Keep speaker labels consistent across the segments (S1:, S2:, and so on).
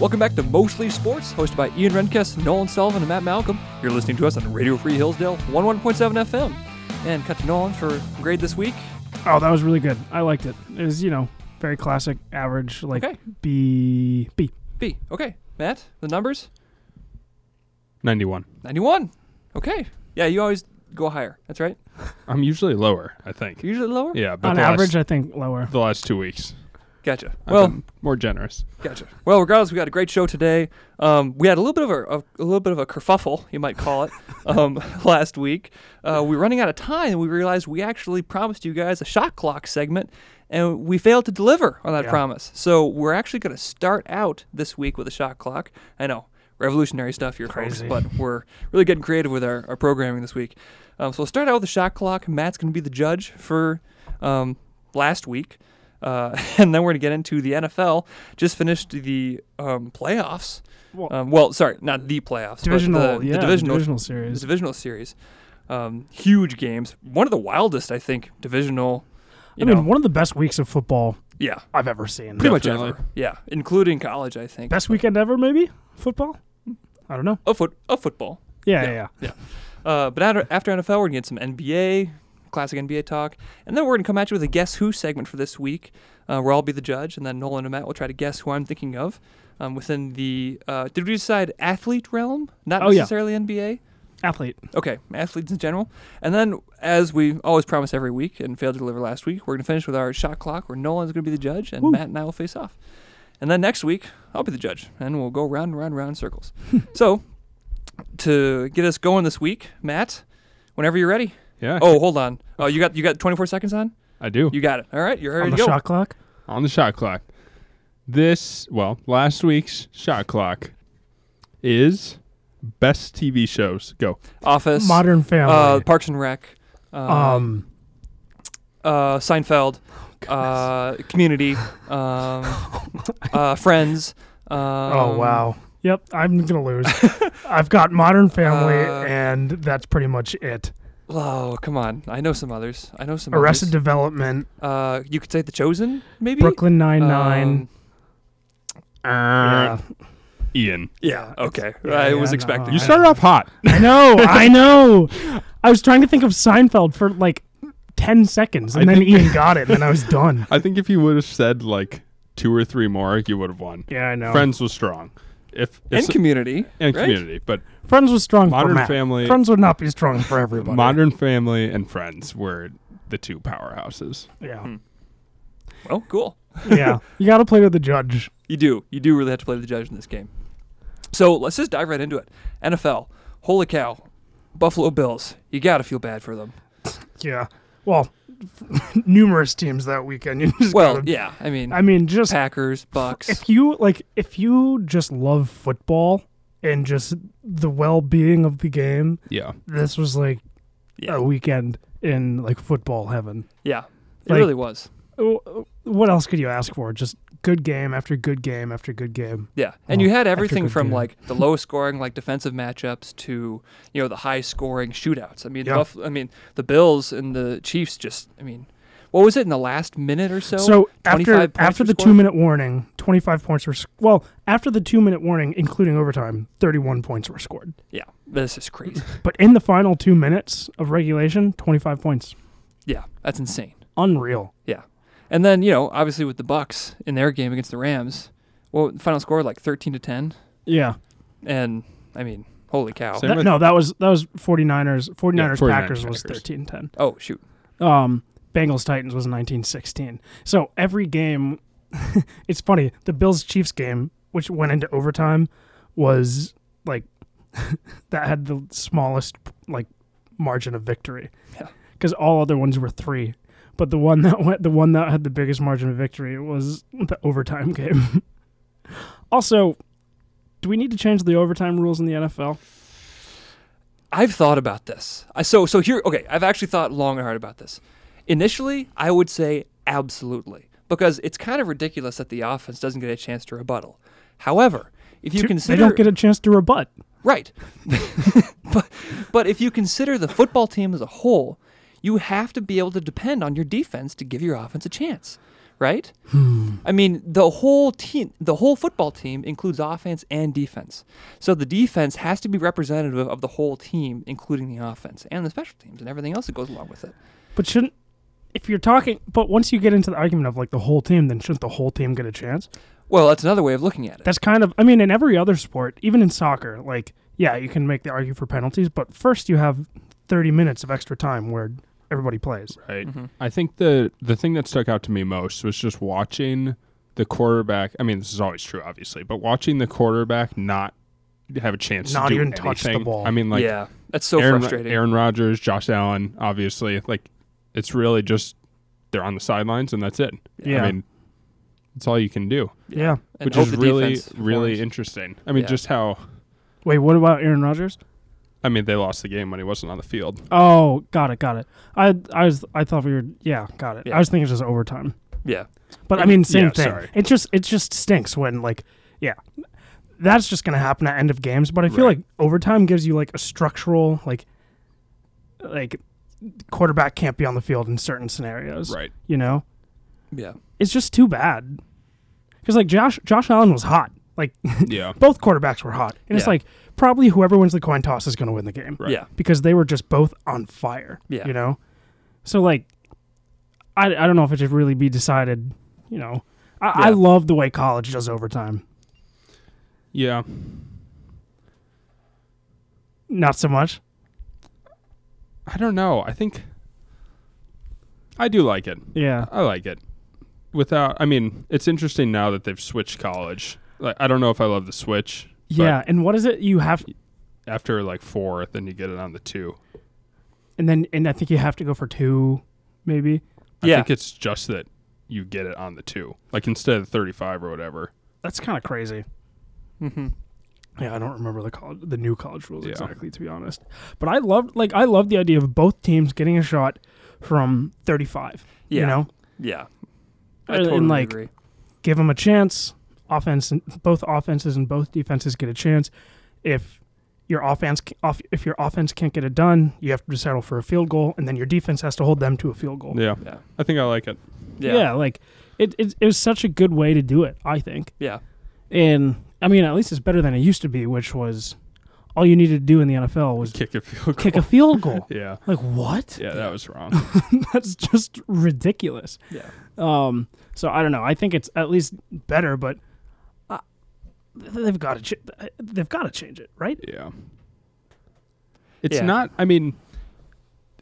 S1: Welcome back to Mostly Sports, hosted by Ian Renkes, Nolan Sullivan, and Matt Malcolm. You're listening to us on Radio Free Hillsdale, 11.7 FM. And cut to Nolan for grade this week.
S2: Oh, that was really good. I liked it. It was, you know, very classic, average, like
S1: Okay.
S2: B B.
S1: B. Okay. Matt, the numbers?
S3: 91.
S1: 91. Okay. Yeah, you always go higher. That's right.
S3: I'm usually lower, I think.
S1: Usually lower?
S3: Yeah, but
S2: On
S3: the
S1: uh,
S2: average,
S3: last,
S2: I think lower.
S3: the last two weeks,
S1: Gotcha.
S3: I've
S1: well,
S3: been more generous.
S1: Gotcha. Well, regardless, we got a great show today. Um, we had a little bit of a, a, a little bit of a kerfuffle, you might call it, um, last week. Uh, we were running out of time, and we realized we actually promised you guys a shot clock segment, and we failed to deliver on that
S2: Yeah.
S1: promise. So we're actually going to start out this week with a shot clock. I know, revolutionary stuff here,
S2: Crazy.
S1: folks, but we're really getting creative with our, our programming this week. Um, so we'll start out with the shot clock. Matt's going to be the judge for um, last week. Uh, and then we're going to get into the NFL. Just finished the um, playoffs.
S2: Well-
S1: um, well, sorry, not the playoffs. but
S2: Divisional,
S1: the,
S2: yeah,
S1: the divisional, the
S2: series.
S1: divisional series. Um, huge games. One of the wildest, I think, divisional.
S2: I
S1: You know,
S2: mean, one of the best weeks of football
S1: yeah,
S2: I've ever seen.
S1: pretty
S3: Definitely.
S1: much ever. Yeah, including college, I think.
S2: Best weekend ever, maybe football. I don't know.
S1: of foot of football.
S2: Yeah,
S1: Yeah.
S2: yeah.
S1: Uh, but after, after NFL, we're going to get some NBA, classic NBA talk. And then we're going to come at you with a Guess Who segment for this week, uh, where I'll be the judge, and then Nolan and Matt will try to guess who I'm thinking of um, within the. Uh, did we decide athlete realm? Not
S2: Oh, yeah.
S1: necessarily NBA?
S2: yeah. Athlete.
S1: Okay, athletes in general. And then, as we always promise every week and failed to deliver last week, we're going to finish with our shot clock where Nolan's going to be the judge and
S2: Woo.
S1: Matt and I will face off. And then next week, I'll be the judge and we'll go round and round and round in circles. so, to get us going this week, Matt, whenever you're ready.
S3: Yeah,
S1: Oh, hold on. Oh, you got you got 24 seconds on?
S3: I
S2: Oh.
S3: do.
S1: You got it. All right, you're ready
S2: on
S1: to
S2: the
S1: go.
S2: shot clock.
S3: On the shot clock. This, well, last week's shot clock is best TV shows. Go.
S1: Office,
S2: Modern Family.
S1: uh, Parks and Rec, uh,
S2: um.
S1: uh, Seinfeld, uh, Community, um, uh, Friends. Um,
S2: oh wow. Yep, I'm gonna lose. I've got Modern Family,
S1: Uh,
S2: and that's pretty much it.
S1: Oh, come on. I know some others. I know some
S2: Arrested
S1: others.
S2: Development,
S1: Uh, you could say The Chosen, maybe?
S2: Brooklyn Nine Nine.
S1: Um,
S3: Uh, Ian.
S1: yeah, okay.
S2: Yeah,
S1: I
S2: yeah,
S1: was
S2: no,
S1: expecting.
S3: You
S2: I-
S1: that.
S3: started off hot.
S2: I know, I know. I was trying to think of Seinfeld for like ten seconds, and
S3: I
S2: then
S3: think-
S2: Ian got it, and then I was done.
S3: I think if you would have said like two or three more, you would have won.
S2: Yeah, I know.
S3: Friends was strong. If, if
S1: And
S3: so-
S1: Community.
S3: and
S1: right?
S3: community, but
S2: Friends was strong for
S3: Modern
S2: Matt.
S3: Family-
S2: Friends would not be strong for everybody.
S3: Modern Family and Friends were the two powerhouses.
S2: Yeah,
S1: Well, cool.
S2: yeah. You got to play to the judge.
S1: You do. You do really have to play the judge in this game. So let's just dive right into it. NFL. Holy cow. Buffalo Bills. You got to feel bad for them.
S2: Yeah. Well, numerous teams that weekend. You just
S1: Well,
S2: gotta-
S1: yeah. I mean,
S2: I mean, just
S1: Packers, Bucks.
S2: if you like, if you just love football and just the well-being of the game,
S3: Yeah.
S2: this was like
S1: Yeah.
S2: a weekend in like football heaven.
S1: Yeah. It
S2: Like-
S1: really was.
S2: Wh- what else could you ask for? Just good game after good game after good game.
S1: Yeah, and
S2: Oh,
S1: you had
S2: after
S1: everything
S2: good
S1: from
S2: deal.
S1: like the low scoring, like defensive matchups, to you know the high scoring shootouts. I mean,
S2: Yeah.
S1: Buff- I mean the Bills and the Chiefs just. I mean, what was it in the last minute or so?
S2: So
S1: 25
S2: after
S1: points
S2: after
S1: were
S2: the
S1: scored?
S2: two minute warning, twenty five points were sc- well after the two minute warning, including overtime, thirty one points were scored.
S1: yeah, this is crazy.
S2: But in the final two minutes of regulation, twenty five points,
S1: yeah, that's insane.
S2: unreal.
S1: Yeah, and then you know obviously with the Bucks in their game against the Rams, well, the final score like thirteen to ten,
S2: Yeah,
S1: and I mean, holy cow.
S3: Same with-
S2: no, that was that was 49ers. 49ers,
S3: 49ers,
S2: Packers was
S3: Packers.
S2: 13-10.
S1: oh shoot.
S2: Um, Bengals Titans was 19-16. So every game, it's funny. The Bills Chiefs game, which went into overtime, was like that had the smallest like margin of victory.
S1: Yeah.
S2: Because all other ones were three, but the one that went, the one that had the biggest margin of victory was the overtime game. also, do we need to change the overtime rules in the NFL?
S1: I've thought about this. I, so so here okay, I've actually thought long and hard about this. Initially, I would say absolutely because it's kind of ridiculous that the offense doesn't get a chance to rebuttal. However, if you
S2: Two-
S1: consider
S2: they don't get a chance to rebut.
S1: right, but but if you consider the football team as a whole, you have to be able to depend on your defense to give your offense a chance. right? I mean, the whole team, the whole football team includes offense and defense. So the defense has to be representative of the whole team, including the offense and the special teams and everything else that goes along with it.
S2: But shouldn't if you're talking? But once you get into the argument of like the whole team, then shouldn't the whole team get a chance?
S1: Well, that's another way of looking at it.
S2: That's kind of. I mean, in every other sport, even in soccer, like yeah, you can make the argue for penalties, but first you have 30 minutes of extra time where everybody plays.
S3: Right.
S1: Mhm.
S3: I think the the thing that stuck out to me most was just watching the quarterback. I mean, this is always true, obviously, but watching the quarterback not have a chance
S2: Not
S3: to do
S2: even touch the
S3: anything.
S2: ball.
S3: I mean, like
S1: yeah, that's so
S3: Aaron,
S1: frustrating.
S3: Aaron Rodgers, Josh Allen, obviously, like it's really just they're on the sidelines and that's it.
S2: Yeah.
S3: I mean, that's all you can do,
S1: Yeah.
S2: yeah.
S1: And
S3: which
S1: hope
S3: is
S1: the
S3: really
S1: defense
S3: really
S1: performs.
S3: interesting. I mean,
S1: Yeah.
S3: just how
S2: Wait, what about Aaron Rodgers?
S3: I mean they lost the game when he wasn't on the field.
S2: Oh, got it, got it. I I was I thought we were yeah, got it.
S1: Yeah.
S2: I was thinking just overtime.
S1: yeah.
S2: But I mean same
S3: Yeah,
S2: thing.
S3: sorry.
S2: It just it just stinks when like yeah. That's just gonna happen at end of games, but I feel
S3: Right.
S2: like overtime gives you like a structural like like quarterback can't be on the field in certain scenarios.
S3: Right.
S2: You know?
S1: Yeah.
S2: It's just too bad. Because like Josh Josh Allen was hot. Like
S3: Yeah.
S2: both quarterbacks were hot. And it's
S1: Yeah.
S2: like probably whoever wins the coin toss is going to win the game
S3: Right.
S1: Yeah.
S2: because they were just both on fire.
S1: Yeah.
S2: You know? So, like, I, I don't know if it should really be decided, you know. I, I
S1: Yeah.
S2: love the way college does overtime.
S3: Yeah.
S2: Not so much.
S3: I don't know. I think I do like it.
S2: Yeah.
S3: I like it. Without, I mean, it's interesting now that they've switched college. Like, I don't know if I love the switch. but
S2: Yeah. and what is it? You have,
S3: After like four, then you get it on the two.
S2: and then, and I think you have to go for two, maybe.
S3: I
S1: Yeah.
S3: think it's just that you get it on the two, like instead of thirty-five or whatever.
S2: That's kind of crazy.
S1: Mm-hmm.
S2: Yeah, I don't remember the college, the new college rules
S3: Yeah.
S2: exactly, to be honest. But I loved, like, I loved the idea of both teams getting a shot from 35.
S1: Yeah.
S2: You know,
S1: Yeah.
S2: Uh,
S1: I
S2: and,
S1: totally
S2: like,
S1: agree.
S2: give them a chance. Offense, and both offenses and both defenses get a chance. If your offense, c- off, if your offense can't get it done, you have to settle for a field goal, and then your defense has to hold them to a field goal.
S3: Yeah,
S1: Yeah.
S3: I think I like it.
S1: Yeah.
S2: Yeah, like it, it, it was such a good way to do it. I think.
S1: Yeah.
S2: And I mean, at least it's better than it used to be, which was all you needed to do in the NFL was
S3: Kick a field goal.
S2: kick a field goal.
S3: yeah,
S2: Like what?
S3: yeah, that was wrong.
S2: That's just ridiculous.
S1: Yeah.
S2: Um, so I don't know. I think it's at least better, but uh, they've got to ch- they've got to change it, right?
S3: yeah, it's
S1: Yeah.
S3: not. I mean,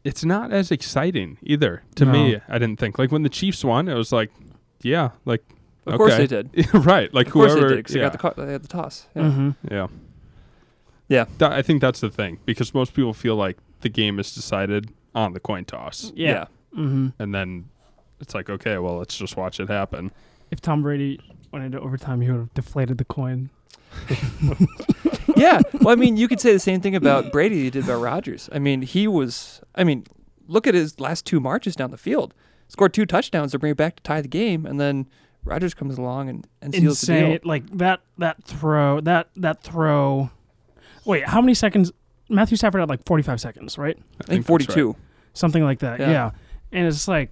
S3: it's not as exciting either to me. I didn't think like when the Chiefs won, it was like, yeah, like
S1: Of course
S3: okay.
S1: they did.
S3: right, like
S1: Of
S3: whoever.
S1: course they did because
S3: yeah.
S1: they got the co- they had the toss. Yeah.
S2: Mm-hmm.
S3: Yeah.
S1: Yeah.
S3: Tha- I think that's the thing because most people feel like the game is decided on the coin toss.
S2: Yeah. Mm-hmm.
S3: And then it's like, okay, well, let's just watch it happen.
S2: If Tom Brady went into overtime, he would have deflated the coin.
S1: yeah. Well, I mean, you could say the same thing about Brady you did about Rodgers. I mean, he was. I mean, look at his last two marches down the field. Scored two touchdowns to bring it back to tie the game, and then Rodgers comes along and, and seals the
S2: Insane,
S1: deal.
S2: like that that throw that that throw. Wait, how many seconds? Matthew Stafford had like forty five seconds, right?
S1: I think 42.
S2: Something like that.
S1: Yeah.
S2: Yeah. And it's like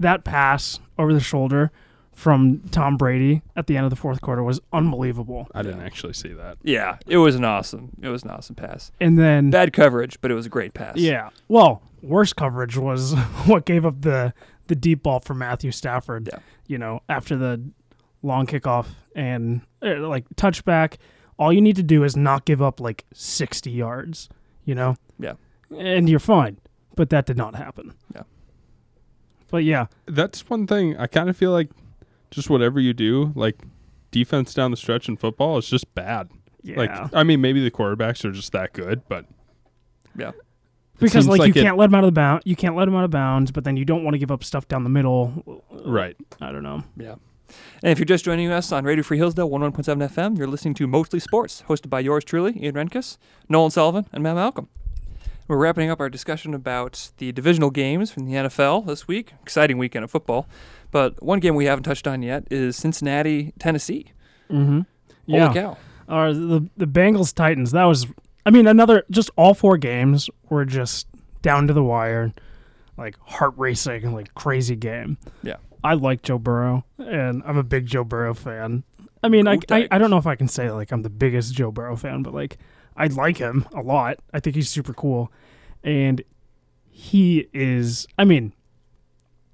S2: that pass over the shoulder from Tom Brady at the end of the fourth quarter was unbelievable.
S3: I didn't actually see that.
S1: Yeah, it was an awesome. It was an awesome pass.
S2: And then
S1: Bad coverage, but it was a great pass.
S2: Yeah. Well, worst coverage was what gave up the the deep ball for Matthew Stafford.
S1: Yeah.
S2: You know, after the long kickoff and uh, like touchback, all you need to do is not give up like 60 yards. You know.
S1: Yeah.
S2: And you're fine. But that did not happen.
S1: Yeah.
S2: But yeah,
S3: That's one thing. I kind of feel like just whatever you do, like defense down the stretch in football is just bad.
S2: yeah.
S3: Like, I mean, maybe the quarterbacks are just that good, but
S1: yeah,
S2: because
S3: seems
S2: like,
S3: like
S2: you
S3: it-
S2: can't let him out of the bound, you can't let him out of bounds, but then you don't want to give up stuff down the middle.
S3: right.
S2: I don't know.
S1: yeah. And if you're just joining us on Radio Free Hillsdale 101.7 FM, you're listening to Mostly Sports, hosted by yours truly, Ian Renkus, Nolan Sullivan, and Matt Malcolm. We're wrapping up our discussion about the divisional games from the NFL this week. Exciting weekend of football. But one game we haven't touched on yet is Cincinnati, Tennessee.
S2: Mm-hmm.
S1: Holy
S2: Yeah.
S1: cow.
S2: Or the the Bengals Titans. That was I mean another just all four games were just down to the wire. like heart racing and like crazy game.
S1: Yeah.
S2: I like Joe Burrow and I'm a big Joe Burrow fan. I mean, I,
S1: Ooh,
S2: I I
S1: thanks.
S2: don't know if I can say like I'm the biggest Joe Burrow fan, but like I like him a lot. I think he's super cool, and he is. I mean,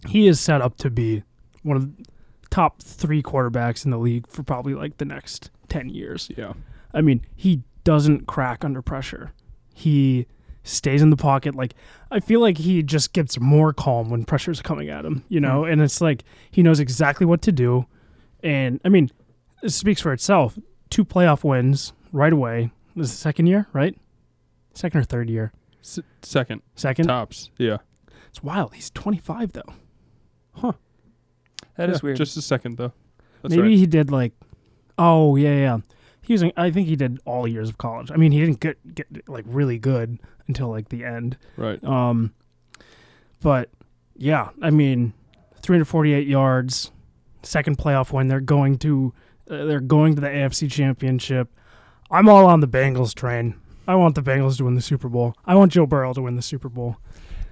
S2: he is set up to be one of the top three quarterbacks in the league for probably like the next ten years.
S3: Yeah.
S2: I mean, he doesn't crack under pressure. He stays in the pocket. Like, I feel like he just gets more calm when pressure's coming at him, you
S3: Mm.
S2: know? And it's like he knows exactly what to do. And I mean, it speaks for itself. Two playoff wins right away. This is the second year, right? Second or third year?
S3: S- second
S2: Second.
S3: tops. Yeah.
S2: It's wild. He's 25, though.
S1: That is
S3: Yeah,
S1: weird.
S3: Just a second though. That's
S2: Maybe
S3: right.
S2: he did like, oh yeah, yeah. He was. in- I think he did all years of college. I mean, he didn't get get like really good until like the end.
S3: Right.
S2: Um, but yeah, I mean, 348 yards, second playoff win. They're going to uh, they're going to the AFC Championship. I'm all on the Bengals train. I want the Bengals to win the Super Bowl. I want Joe Burrow to win the Super Bowl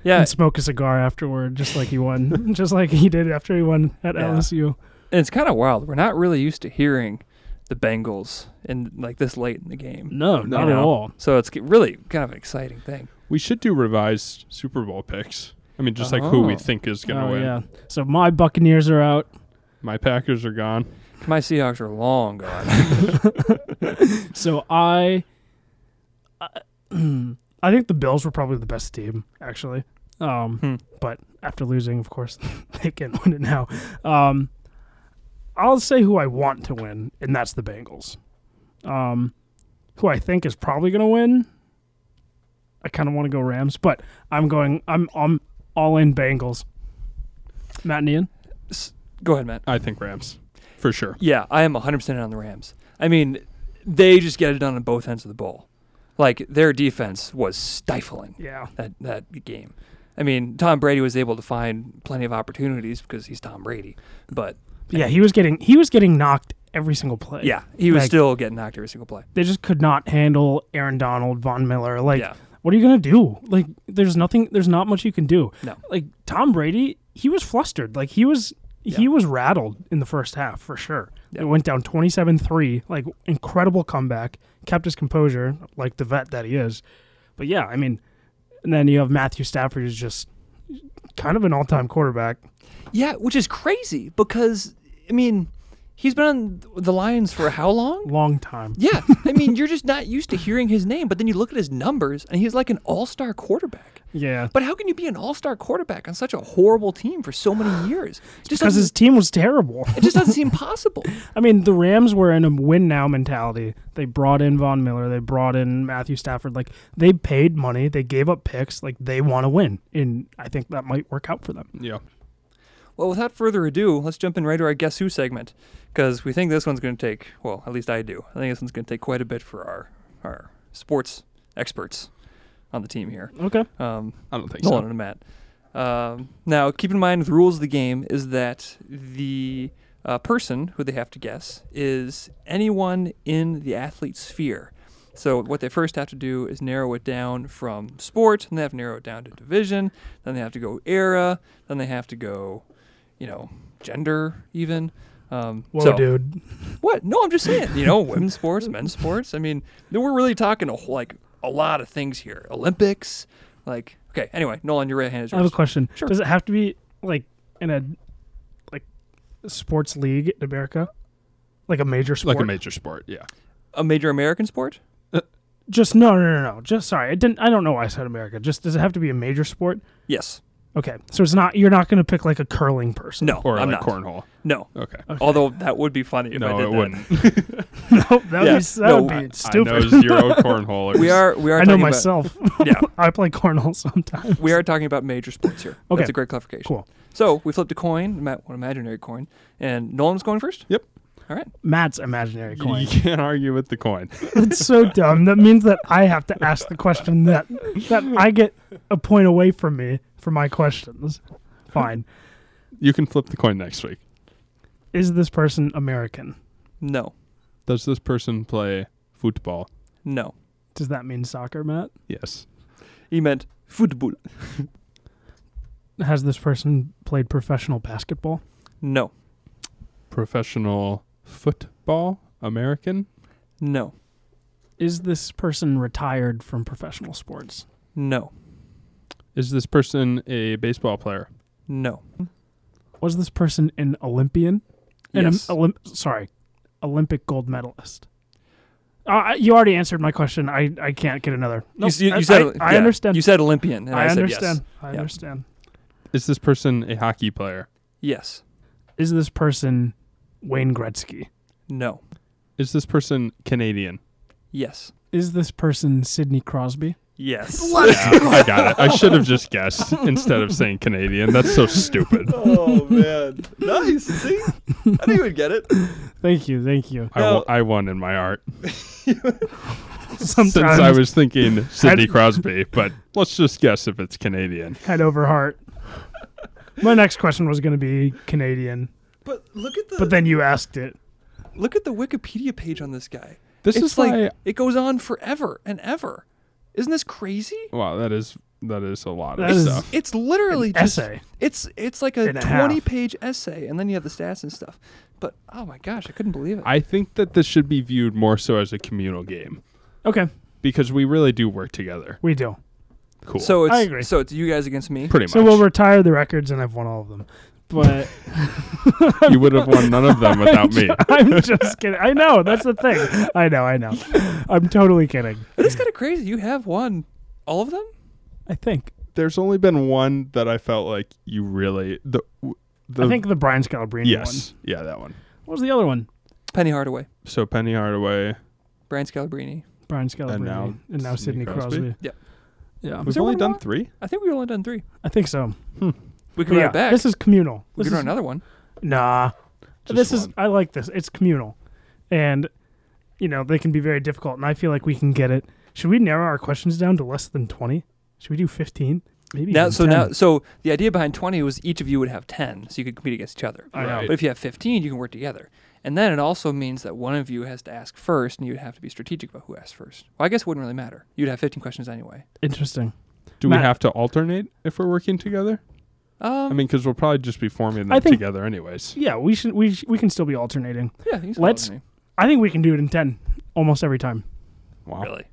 S1: yeah,
S2: and smoke a cigar afterward, just like he won, just like he did after he won at
S1: Yeah.
S2: LSU.
S1: and it's kind of wild. We're not really used to hearing the Bengals in like this late in the game,
S2: No,
S1: not at
S2: all.
S1: so it's g- really kind of an exciting thing.
S3: We should do revised Super Bowl picks. I mean, just like who we
S1: Oh.
S3: think is gonna
S2: Oh
S3: win.
S2: yeah. So my Buccaneers are out.
S3: My Packers are gone.
S1: My Seahawks are long gone.
S2: So I, I, I think the Bills were probably the best team actually. Um,
S1: Hmm.
S2: but after losing, of course, they can't win it now. Um, I'll say who I want to win, and that's the Bengals. Um, who I think is probably going to win. I kind of want to go Rams, but I'm going. I'm I'm all in Bengals. Matt and Ian.
S1: S- Go ahead, Matt.
S3: I think Rams, for sure.
S1: Yeah, I am 100% in on the Rams. I mean, they just get it done on both ends of the ball. Like their defense was stifling
S2: Yeah.
S1: that that game. I mean, Tom Brady was able to find plenty of opportunities because he's Tom Brady. But
S2: Yeah. He was getting he was getting knocked every single play.
S1: yeah, he was
S2: Like-
S1: still getting knocked every single play.
S2: they just could not handle Aaron Donald, Von Miller. Like,
S1: yeah,
S2: what are you gonna do? Like, there's nothing. There's not much you can do.
S1: No.
S2: Like Tom Brady, he was flustered. Like he was. He
S1: Yeah.
S2: was rattled in the first half for sure.
S1: Yeah.
S2: It went down 27-3, like incredible comeback, kept his composure like the vet that he is. But yeah, I mean, and then you have Matthew Stafford who's just kind of an all-time quarterback.
S1: yeah, which is crazy because I mean, he's been on the Lions for how long?
S2: Long time.
S1: Yeah, I mean, you're just not used to hearing his name, but then you look at his numbers and he's like an all-star quarterback.
S2: Yeah.
S1: But how can you be an all-star quarterback on such a horrible team for so many years? It just
S2: Because
S1: doesn't-
S2: his team was terrible.
S1: it just doesn't seem possible.
S2: I mean, the Rams were in a win now mentality. They brought in Von Miller. They brought in Matthew Stafford. Like they paid money. They gave up picks. Like they want to win, and I think that might work out for them.
S3: Yeah.
S1: Well, without further ado, let's jump in right to our Guess Who segment because we think this one's going to take, well, at least I do. I think this one's going to take quite a bit for our, our sports experts on the team here,
S2: Okay.
S1: um,
S3: I don't think
S1: Nolan
S3: so.
S1: and Matt. Um, now, keep in mind the rules of the game is that the uh, person who they have to guess is anyone in the athlete's sphere. So, what they first have to do is narrow it down from sport, and they have to narrow it down to division, then they have to go era, then they have to go, you know, gender, even. Um,
S2: Whoa,
S1: so-
S2: dude.
S1: What? No, I'm just saying, you know, women's sports, men's sports. I mean, we're really talking a, wh- like a lot of things here Olympics, like, okay, anyway, Nolan, your right hand is
S2: I have
S1: yours.
S2: a question.
S1: Sure.
S2: Does it have to be like in a like sports league in America, like a major sport?
S3: Like a major sport. Yeah.
S1: a major American sport?
S2: Just no, no, no, no. Just sorry. I didn't. I don't know why I said America. Just does it have to be a major sport?
S1: Yes.
S2: Okay. So it's not. You're not going to pick like a curling person.
S1: No.
S3: Or
S1: I'm
S3: like
S1: not.
S3: cornhole.
S1: No.
S3: Okay.
S1: Although that would be funny if I
S3: no,
S1: did
S3: it
S1: that.
S3: wouldn't.
S2: no. That would
S1: Yeah.
S2: be, that
S1: No,
S2: would
S1: I- I
S2: be stupid.
S3: I know zero cornholers.
S1: We are we are
S2: I know
S1: talking about-
S2: myself.
S1: yeah.
S2: I play cornhole sometimes.
S1: We are talking about major sports here.
S2: Okay.
S1: That's a great clarification.
S2: Cool.
S1: So we flipped a coin, Matt, an imaginary coin, and Nolan's going first.
S3: Yep.
S1: All right.
S2: Matt's imaginary coin.
S3: You can't argue with the coin.
S2: That's so dumb. That means that I have to ask the question that that I get a point away from me for my questions. Fine.
S3: You can flip the coin next week.
S2: Is this person American?
S1: No.
S3: Does this person play football?
S1: No.
S2: Does that mean soccer, Matt?
S3: Yes.
S1: He meant football.
S2: has this person played professional basketball?
S1: No,
S3: Professional football American?
S1: no,
S2: Is this person retired from professional sports?
S1: no,
S3: Is this person a baseball player?
S1: no.
S2: Was this person an Olympian? An Olym-
S1: Yes.
S2: Olymp- sorry, Olympic gold medalist. Uh, I- you already answered my question. I, I can't get another.
S1: You,
S2: Nope.
S1: s- you-
S2: I-
S1: you said
S2: I, I
S1: yeah,
S2: understand.
S1: You said Olympian, and I,
S2: I,
S1: said
S2: understand. I
S1: Yeah.
S2: understand.
S3: Is this person a hockey player?
S1: yes. Yes.
S2: Is this person Wayne Gretzky?
S1: No.
S3: Is this person Canadian?
S1: Yes.
S2: Is this person Sidney Crosby?
S1: Yes.
S3: Yeah, I got it. I should have just guessed instead of saying Canadian. That's so stupid.
S1: oh man, nice. See, I didn't even get it.
S2: Thank you, thank you.
S3: I,
S1: No.
S3: w- I won in my art
S2: Sometimes
S3: since I was thinking Sidney Crosby, but let's just guess if it's Canadian.
S2: head over heart. My next question was going to be Canadian,
S1: But look at the
S2: but then you asked it.
S1: look at the Wikipedia page on this guy.
S3: This
S1: it's
S3: is
S1: like
S3: why-
S1: it goes on forever and ever. Isn't this crazy?
S3: Wow, that is that is a lot
S2: That
S3: of
S2: is-
S3: stuff.
S1: It's literally just
S2: Essay.
S1: it's it's like a
S2: And a half.
S1: twenty page essay, and then you have the stats and stuff. But oh my gosh, I couldn't believe it.
S3: I think that this should be viewed more so as a communal game
S2: Okay,
S3: because we really do work together.
S2: we do.
S3: Cool.
S1: So it's
S2: I agree.
S1: so it's you guys against me.
S3: pretty much.
S2: So we'll retire the records, and I've won all of them. But
S3: you would have won none of them without me.
S2: I'm just kidding. I know that's the thing. I know. I know. I'm totally kidding.
S1: It's kind of crazy. You have won all of them.
S2: I think.
S3: There's only been one that I felt like you really the w- the
S2: I think the Brian Scalabrine
S3: yes yeah that one.
S2: one. What was the other one?
S1: Penny Hardaway,
S3: So Penny Hardaway.
S1: Um, Brian Scalabrine.
S2: Brian Scalabrine and now,
S3: now
S2: Sidney
S3: Sidney
S2: Crosby.
S3: Crosby.
S1: Yeah.
S2: Yeah.
S3: We've
S1: there
S3: only
S1: one
S3: done
S1: more?
S3: three.
S1: I think we've only done three.
S2: I think so.
S1: We can
S2: But
S1: run
S2: yeah,
S1: it back.
S2: this is communal.
S1: we
S2: This
S1: can run
S2: is-
S1: another one.
S2: Nah. this is
S3: one.
S2: I like this. It's communal. And you know, they can be very difficult and I feel like we can get it. Should we narrow our questions down to less than 20? Should we do 15? Maybe
S1: Now,
S2: even
S1: so
S2: 10.
S1: now, so the idea behind twenty was each of you would have ten, so you could compete against each other.
S2: I
S3: Right.
S2: know.
S1: But if you have 15, you can work together. And then it also means that one of you has to ask first, and you'd have to be strategic about who asks first. Well, I guess it wouldn't really matter. You'd have 15 questions anyway.
S2: Interesting.
S3: Do
S2: Matt-
S3: we have to alternate if we're working together? I
S1: Um,
S3: mean, because we'll probably just be forming
S2: I
S3: them
S2: think-
S3: together anyways.
S2: Yeah, we should we sh- we can still be alternating.
S1: yeah, you can
S2: let's-
S1: follow me.
S2: I think we can do it in 10 almost every time.
S3: Wow.
S1: really.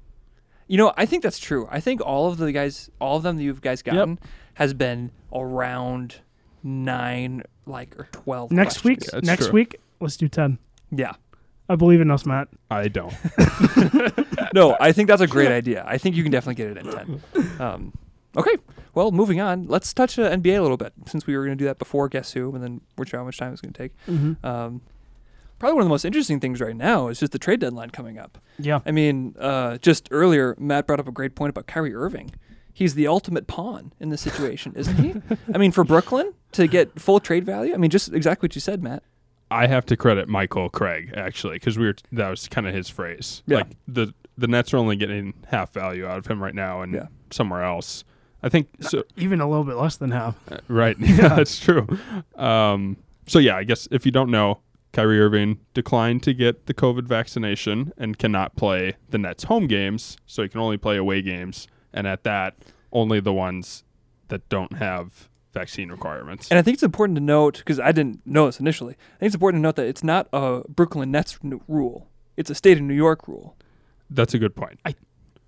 S1: You know, I think that's true. I think all of the guys, all of them that you've guys gotten, has been around nine, like or 12.
S2: Next
S1: questions.
S2: week,
S3: Yeah, that's
S2: next
S3: true.
S2: week, let's do 10.
S1: Yeah.
S2: I believe in us, Matt.
S3: I don't.
S1: No, I think that's a great idea. I think you can definitely get it in 10. Um, okay. Well, moving on. Let's touch uh, NBA a little bit since we were going to do that before Guess Who, and then we're sure how much time it's going to take.
S2: Mm-hmm.
S1: Um, probably one of the most interesting things right now is just the trade deadline coming up.
S2: Yeah.
S1: I mean, uh, just earlier, Matt brought up a great point about Kyrie Irving. He's the ultimate pawn in this situation, isn't he? I mean, for Brooklyn to get full trade value, I mean, just exactly what you said, Matt.
S3: I have to credit Michael Craig actually because we were that was kind of his phrase.
S1: Yeah.
S3: Like the the Nets are only getting half value out of him right now, and
S1: Yeah.
S3: somewhere else. I think so.
S2: Even a little bit less than half.
S3: uh, Right. Yeah, that's true. Um, so yeah, I guess if you don't know, Kyrie Irving declined to get the COVID vaccination and cannot play the Nets home games, so he can only play away games, and at that, only the ones that don't have vaccine requirements.
S1: And I think it's important to note because I didn't know this initially. I think it's important to note that it's not a Brooklyn Nets n- rule; it's a state of New York rule.
S3: that's a good point.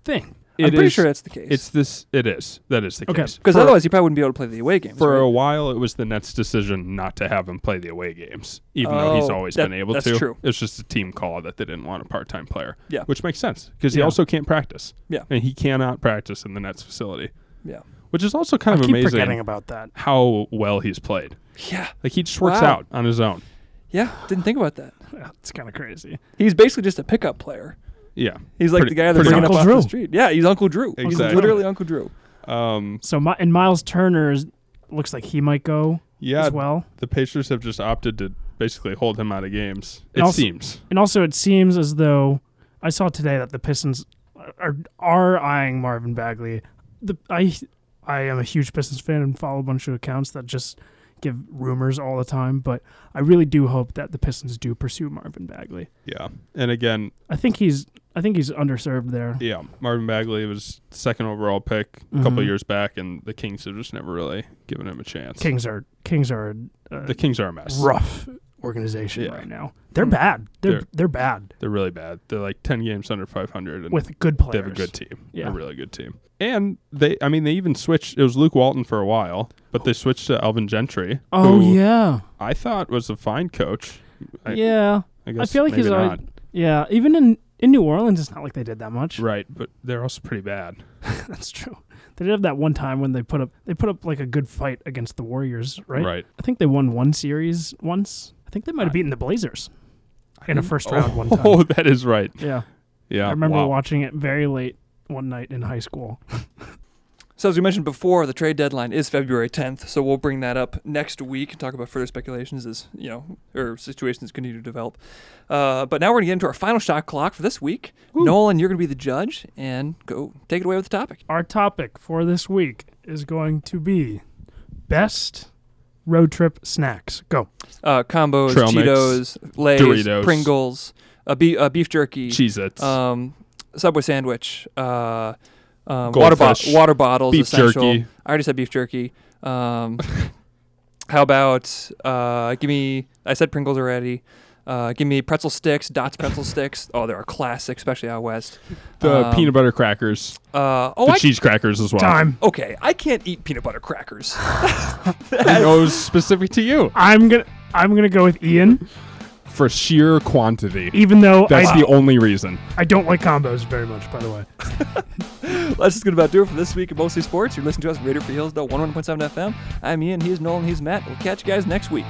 S2: Thing.
S1: I'm
S3: It
S1: pretty
S3: is-
S1: sure that's the case.
S3: It's this. It is. That is the
S2: Okay.
S3: case.
S1: because
S3: For-
S1: otherwise you probably wouldn't be able to play the away games.
S3: For
S1: right?
S3: a while, it was the Nets' decision not to have him play the away games, even though he's
S1: Oh,
S3: always
S1: that-
S3: been able
S1: that's
S3: to.
S1: true.
S3: It's just a team call that they didn't want a part-time player.
S1: Yeah.
S3: which makes sense because he
S2: Yeah.
S3: also can't practice.
S1: Yeah.
S3: and he cannot practice in the Nets facility,
S1: yeah,
S3: which is also kind
S2: I
S3: of
S2: keep forgetting
S3: amazing
S2: about that.
S3: how well he's played.
S1: yeah,
S3: Like he just works
S1: Wow.
S3: out on his own.
S1: yeah. Didn't think about that.
S2: It's kind of crazy.
S1: He's basically just a pickup player.
S3: Yeah,
S1: He's like
S3: Pretty-
S1: the guy they're
S3: pretty
S1: bringing up
S2: much.
S1: off
S2: Uncle
S1: the
S2: Drew.
S1: street. Yeah, he's Uncle Drew. He's
S3: Exactly.
S1: literally Uncle Drew.
S3: um,
S2: So my, and Miles Turner's looks like he might go
S3: yeah.
S2: as well.
S3: The Pacers have just opted to basically hold him out of games. It
S2: Also-
S3: seems.
S2: And also, it seems as though I saw today that the Pistons are are eyeing Marvin Bagley. The I I am a huge Pistons fan and follow a bunch of accounts that just give rumors all the time. But I really do hope that the Pistons do pursue Marvin Bagley.
S3: Yeah, and again,
S2: I think he's I think he's underserved there.
S3: Yeah, Marvin Bagley was second overall pick a couple
S2: Mhm.
S3: years back, and the Kings have just never really given him a chance.
S2: Kings are Kings are uh,
S3: The Kings are a mess.
S2: rough organization
S3: Yeah.
S2: right now. They're
S1: Mm.
S2: bad. They're they're,
S3: They're-
S2: bad
S3: They're really bad. They're like ten games under five hundred, and
S2: with good players.
S3: they have a good team,
S2: Yeah.
S3: a really good team. And they, I mean, they even switched. It was Luke Walton for a while, but they switched to Alvin Gentry.
S2: oh
S3: who
S2: yeah,
S3: I thought was a fine coach. I,
S2: yeah,
S3: I guess
S2: feel like
S3: maybe
S2: he's
S3: not.
S2: always- yeah. Even in in New Orleans, it's not like they did that much.
S3: right, but they're also pretty bad.
S2: That's true. They did have that one time when they put up they put up like a good fight against the Warriors, right?
S3: right.
S2: I think they won one series once. I think they might have beaten the Blazers in a first round one time.
S3: Oh, that is right.
S2: Yeah.
S3: Yeah,
S2: I remember
S3: wow.
S2: watching it very late one night in high school.
S1: So as we mentioned before, the trade deadline is February 10th. So we'll bring that up next week and talk about further speculations as you know or situations continue to develop. Uh, but now we're gonna get into our final shot clock for this week. Nolan, you're gonna be the judge and go take it away with the topic.
S2: Our topic for this week is going to be best road trip snacks. Go.
S1: Uh, combos,
S3: Trail mix,
S1: Cheetos, Lay's,
S3: Doritos.
S1: Pringles, a, be- a beef jerky,
S3: Cheez-Its.
S1: um, Subway sandwich, uh, um, water, bo-
S3: Goldfish.
S1: water bottles,
S3: Beef
S1: essential.
S3: jerky.
S1: I already said beef jerky. Um, how about uh, give me? I said Pringles already. Uh, give me pretzel sticks, Dots pretzel sticks. Oh, they're a classic, especially out west.
S3: the
S1: um,
S3: peanut butter crackers,
S1: Uh, oh,
S3: the
S1: I,
S3: cheese crackers as well.
S2: Time.
S1: okay. I can't eat peanut butter crackers.
S3: I know it was specific to you
S2: I'm gonna I'm gonna go with Ian,
S3: for sheer quantity.
S2: even though
S3: That's
S2: I,
S3: the only reason.
S2: I don't like combos very much, by the way.
S1: That's just gonna about do it for this week of Mostly Sports. You're listening to us, Raider for Hills, 101.7 FM. I'm Ian. He's Nolan. He's Matt. We'll catch you guys next week.